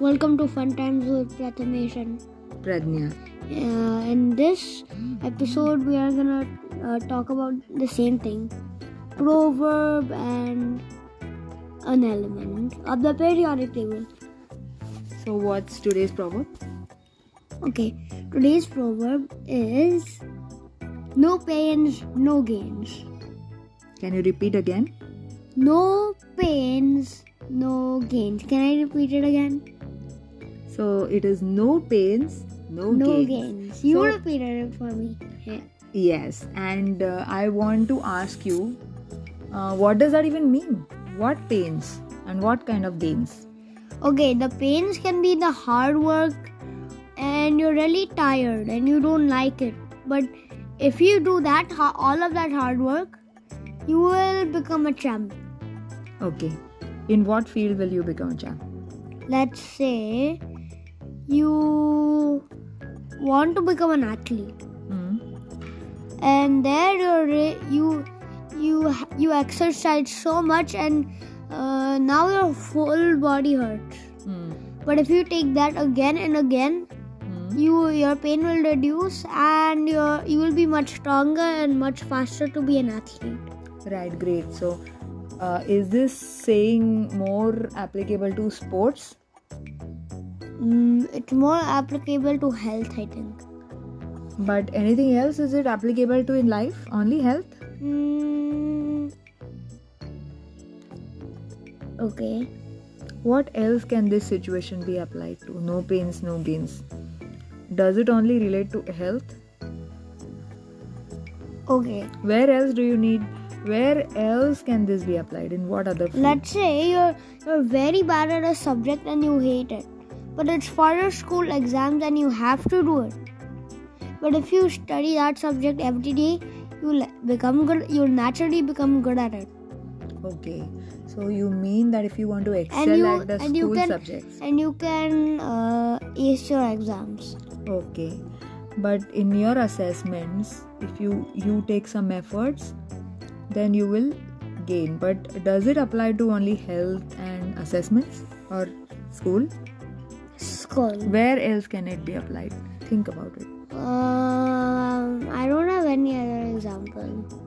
Welcome to Fun Times with Prathamation. Pradnya. Uh, in this episode, we are gonna uh, talk about the same thing proverb and an element of the periodic table. So, what's today's proverb? Okay, today's proverb is no pains, no gains. Can you repeat again? No pains, no gains. Can I repeat it again? So, it is no pains, no, No gains. gains. You So- repeated it for me. Yeah. Yes, and uh, I want to ask you uh, what does that even mean? What pains and what kind of gains? Okay, the pains can be the hard work and you're really tired and you don't like it. But if you do that, ha- all of that hard work, you will become a champ. Okay. In what field will you become a champ? Let's say you want to become an athlete Hmm. and there you're, re- you you ha- you exercise so much and uh, now your full body hurts. Hmm. But if you take that again and again, Hmm. you your pain will reduce and your you will be much stronger and much faster to be an athlete Right, great. So, uh, is this saying more applicable to sports? mm, it's more applicable to health i think But anything else is it applicable to in life? Only health? mm, okay What else can this situation be applied to? No pains, no gains. Does it only relate to health? okay Where else do you need? Where else can this be applied? In what other field? let's say you're you're very bad at a subject and you hate it but it's for your school exams and you have to do it but if you study that subject every day you'll become good you'll naturally become good at it Okay. So you mean that if you want to excel you- at the and you school can- subjects? and you can uh, ace your exams. Okay. But in your assessments, if you you take some efforts, then you will gain. But does it apply to only health and assessments or school? School. Where else can it be applied? Think about it. Um, I don't have any other example.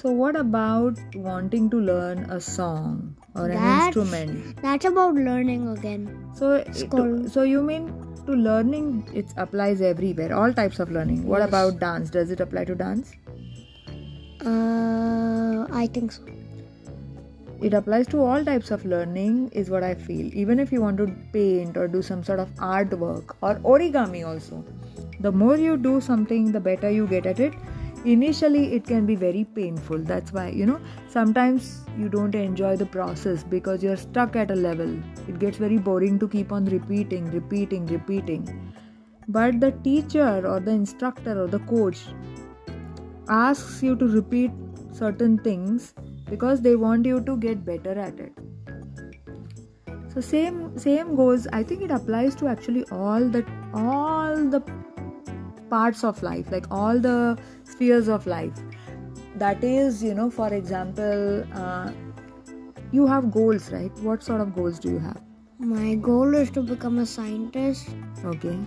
So, what about wanting to learn a song or an That's- instrument? That's about learning again. So, it- School. so you mean to learning? It applies everywhere, all types of learning. What Yes. about dance? Does it apply to dance? Uh, I think so. It applies to all types of learning, is what I feel. Even if you want to paint or do some sort of artwork or origami, also. The more you do something, the better you get at it. Initially, it can be very painful. That's why, you know, sometimes you don't enjoy the process because you're stuck at a level. It gets very boring to keep on repeating, repeating, repeating. But the teacher or the instructor or the coach asks you to repeat certain things because they want you to get better at it so same same goes i think it applies to actually all the all the parts of life like all the spheres of life that is you know for example uh, you have goals right what sort of goals do you have My goal is to become a scientist, okay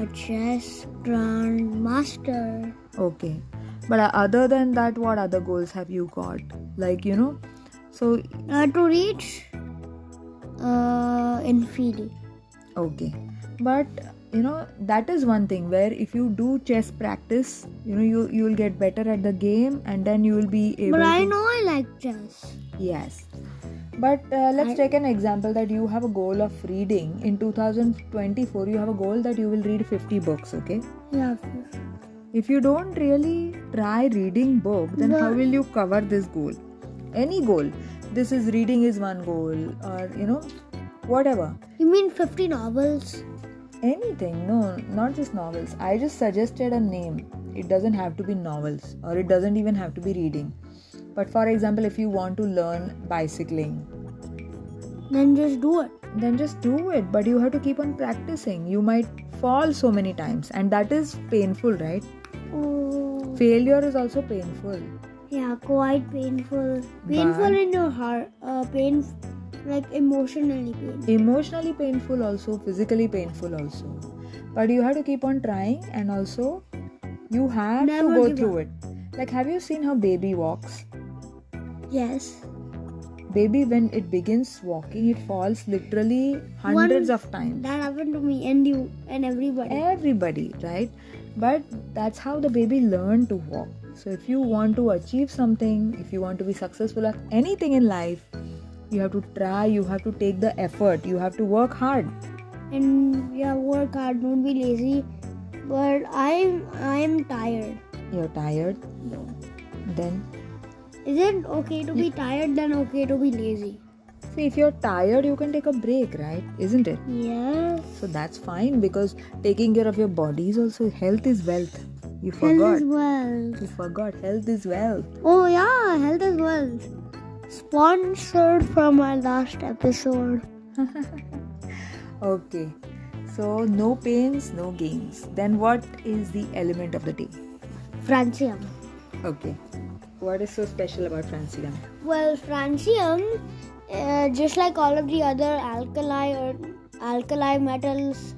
a chess grandmaster. Okay. But uh, other than that, what other goals have you got? Like, you know, so, Uh, to reach uh, infinity. okay. But, you know, that is one thing where if you do chess practice, you know, you, you will get better at the game and then you will be able But I to. know I like chess. Yes. But uh, let's I- take an example that you have a goal of reading. In 2024, you have a goal that you will read 50 books, okay? Yeah. if you don't really try reading book then No. how will you cover this goal any goal this is reading is one goal or you know whatever You mean 50 novels? anything no not just novels i just suggested a name it doesn't have to be novels or it doesn't even have to be reading but for example if you want to learn bicycling Then just do it. then just do it but you have to keep on practicing you might fall so many times and that is painful right Oh. failure is also painful Yeah, quite painful. Painful But- in your heart. Uh, pain, like emotionally pain. emotionally painful also physically painful also but you have to keep on trying and also you have Never to go give through it like have you seen how baby walks Yes. baby when it begins walking it falls literally hundreds of times That happened to me and you and everybody. everybody right but that's how the baby learned to walk so if you want to achieve something if you want to be successful at anything in life you have to try you have to take the effort you have to work hard And yeah, work hard, don't be lazy. But I'm I'm tired. you're tired then Is it okay to be tired than okay to be lazy? see if you're tired you can take a break right isn't it Yes. so that's fine because taking care of your body is also health is wealth you Health forgot is wealth. you forgot health is wealth Oh yeah, health is wealth. Sponsored from our last episode. Okay, so no pains, no gains. Then what is the element of the day? Francium. Okay, what is so special about francium? Well, francium, uh, just like all of the other alkali or alkali metals,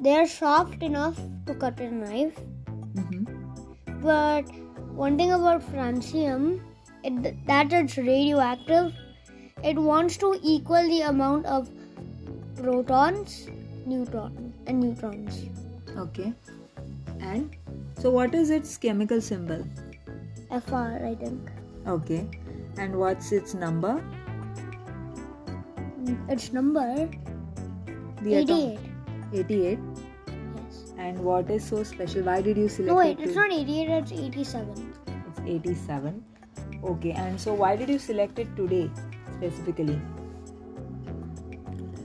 they are soft enough to cut a knife. Mm-hmm. But one thing about francium, it, that it's radioactive, it wants to equal the amount of protons, neutron, and neutrons. Okay, and so what is its chemical symbol? Fr, I think. Okay, and what's its number? Its number atom- 88. 88. Yes. And what is so special? Why did you select No, wait, it? it's to- not 88, it's 87. It's 87. Okay, and so why did you select it today specifically?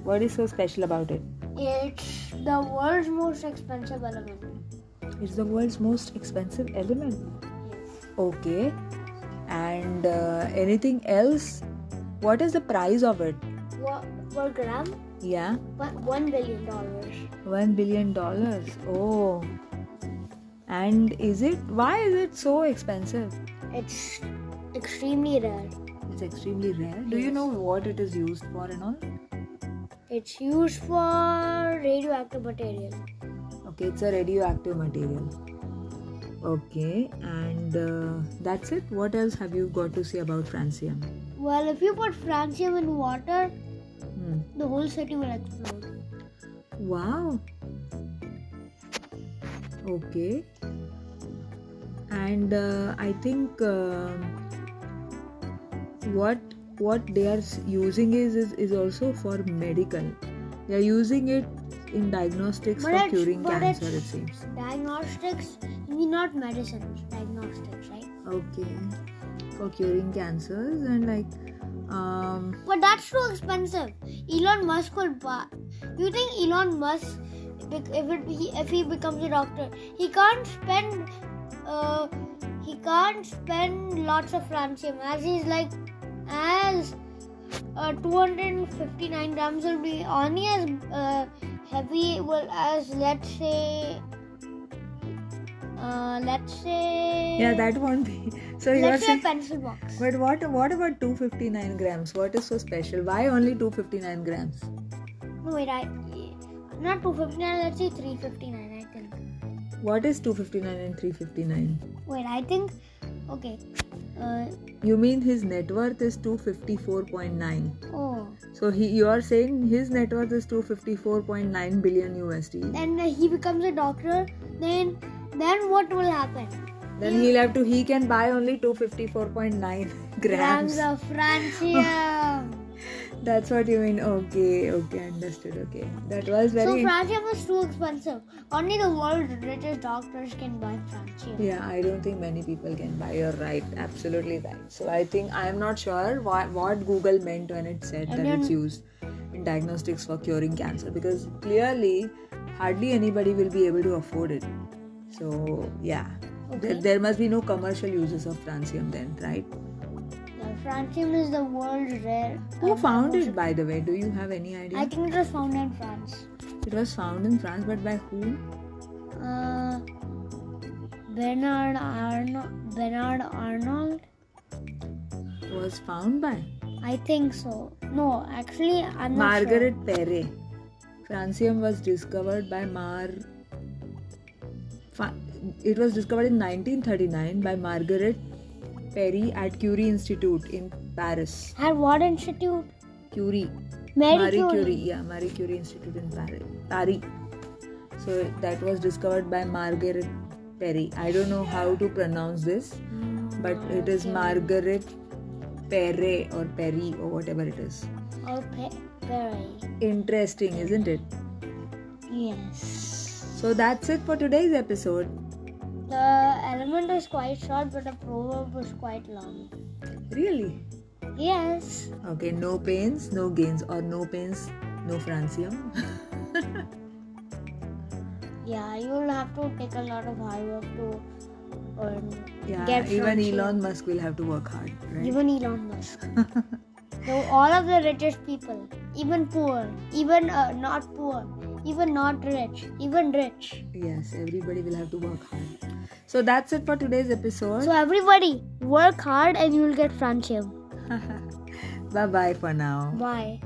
What is so special about it? It's the world's most expensive element. It's the world's most expensive element. Yes. Okay. And uh, anything else? What is the price of it? What, per gram? Yeah, But $1 billion. dollars. one billion dollars. Oh. And is it? Why is it so expensive? It's extremely rare. It's extremely rare. Do you know what it is used for and all? It's used for radioactive material. Okay, it's a radioactive material. Okay, and uh, that's it. What else have you got to say about francium? Well, if you put francium in water, Hmm. the whole city will explode. Wow. Okay. And uh, I think um what what they are s- using is, is is also for medical. They are using it in diagnostics But for it's- curing but cancer. it's- It seems. Diagnostics, you mean not medicine, diagnostics, right? Okay. For curing cancers and like um But that's too expensive. Elon Musk will buy. You think Elon Musk, bec- if it, he, if he becomes a doctor, he can't spend. Uh, he can't spend lots of francium as he's like as uh, 259 grams will be only as uh, heavy well as let's say uh, let's say yeah that won't be. So you are let's say a saying. pencil box But what what about 259 grams? What is so special? Why only 259 grams? No, wait, I. Not 259, let's say 359, I think. What is 259 and 359? Wait, I think. Okay. Uh, You mean his net worth is 254.9. oh. So he you are saying his net worth is 254.9 billion USD. Then he becomes a doctor. Then then what will happen? Then he'll have to he can buy only 254.9 grams. of francium. That's what you mean. Okay, okay, understood. Okay. That was so very francium is too expensive. Only the world's richest doctors can buy francium. Yeah, I don't think many people can buy. You're right, absolutely right. So I think I am not sure what, what Google meant when it said I that don't- it's used in diagnostics for curing cancer because clearly hardly anybody will be able to afford it. So yeah, there, Okay. there must be no commercial uses of francium then, right? Yeah, francium is the world's rare. Who found it, by the way? Do you have any idea? I think it was found in France. It was found in France, but by whom? Uh, Bernard Arnold. Bernard Arnold. Was found by? I think so. No, actually, I'm not Margaret Perret. Francium was discovered by Mar. Fa- It was discovered in 1939 by Margaret Perry at Curie Institute in Paris. sure. At what institute? Curie. Mary, Curie. Yeah, Marie Curie Institute in Paris. Paris. So that was discovered by Margaret Perry. I don't know how to pronounce this, Mm, but it is Margaret Perret or Perry or whatever it is. Oh, Pe- Perry. Interesting, isn't it? Yes. So that's it for today's episode. The element is quite short, but the proverb was quite long. Really? Yes. Okay, no pains, no gains, or no pains, no francium. Yeah, you will have to take a lot of hard work to earn. yeah, Get even francium. Elon Musk will have to work hard, right? Even Elon Musk. so all of the richest people, even poor, even uh, not poor, even not rich, even rich. yes, everybody will have to work hard. So that's it for today's episode. So everybody, work hard and you'll get friendship. bye bye for now. Bye.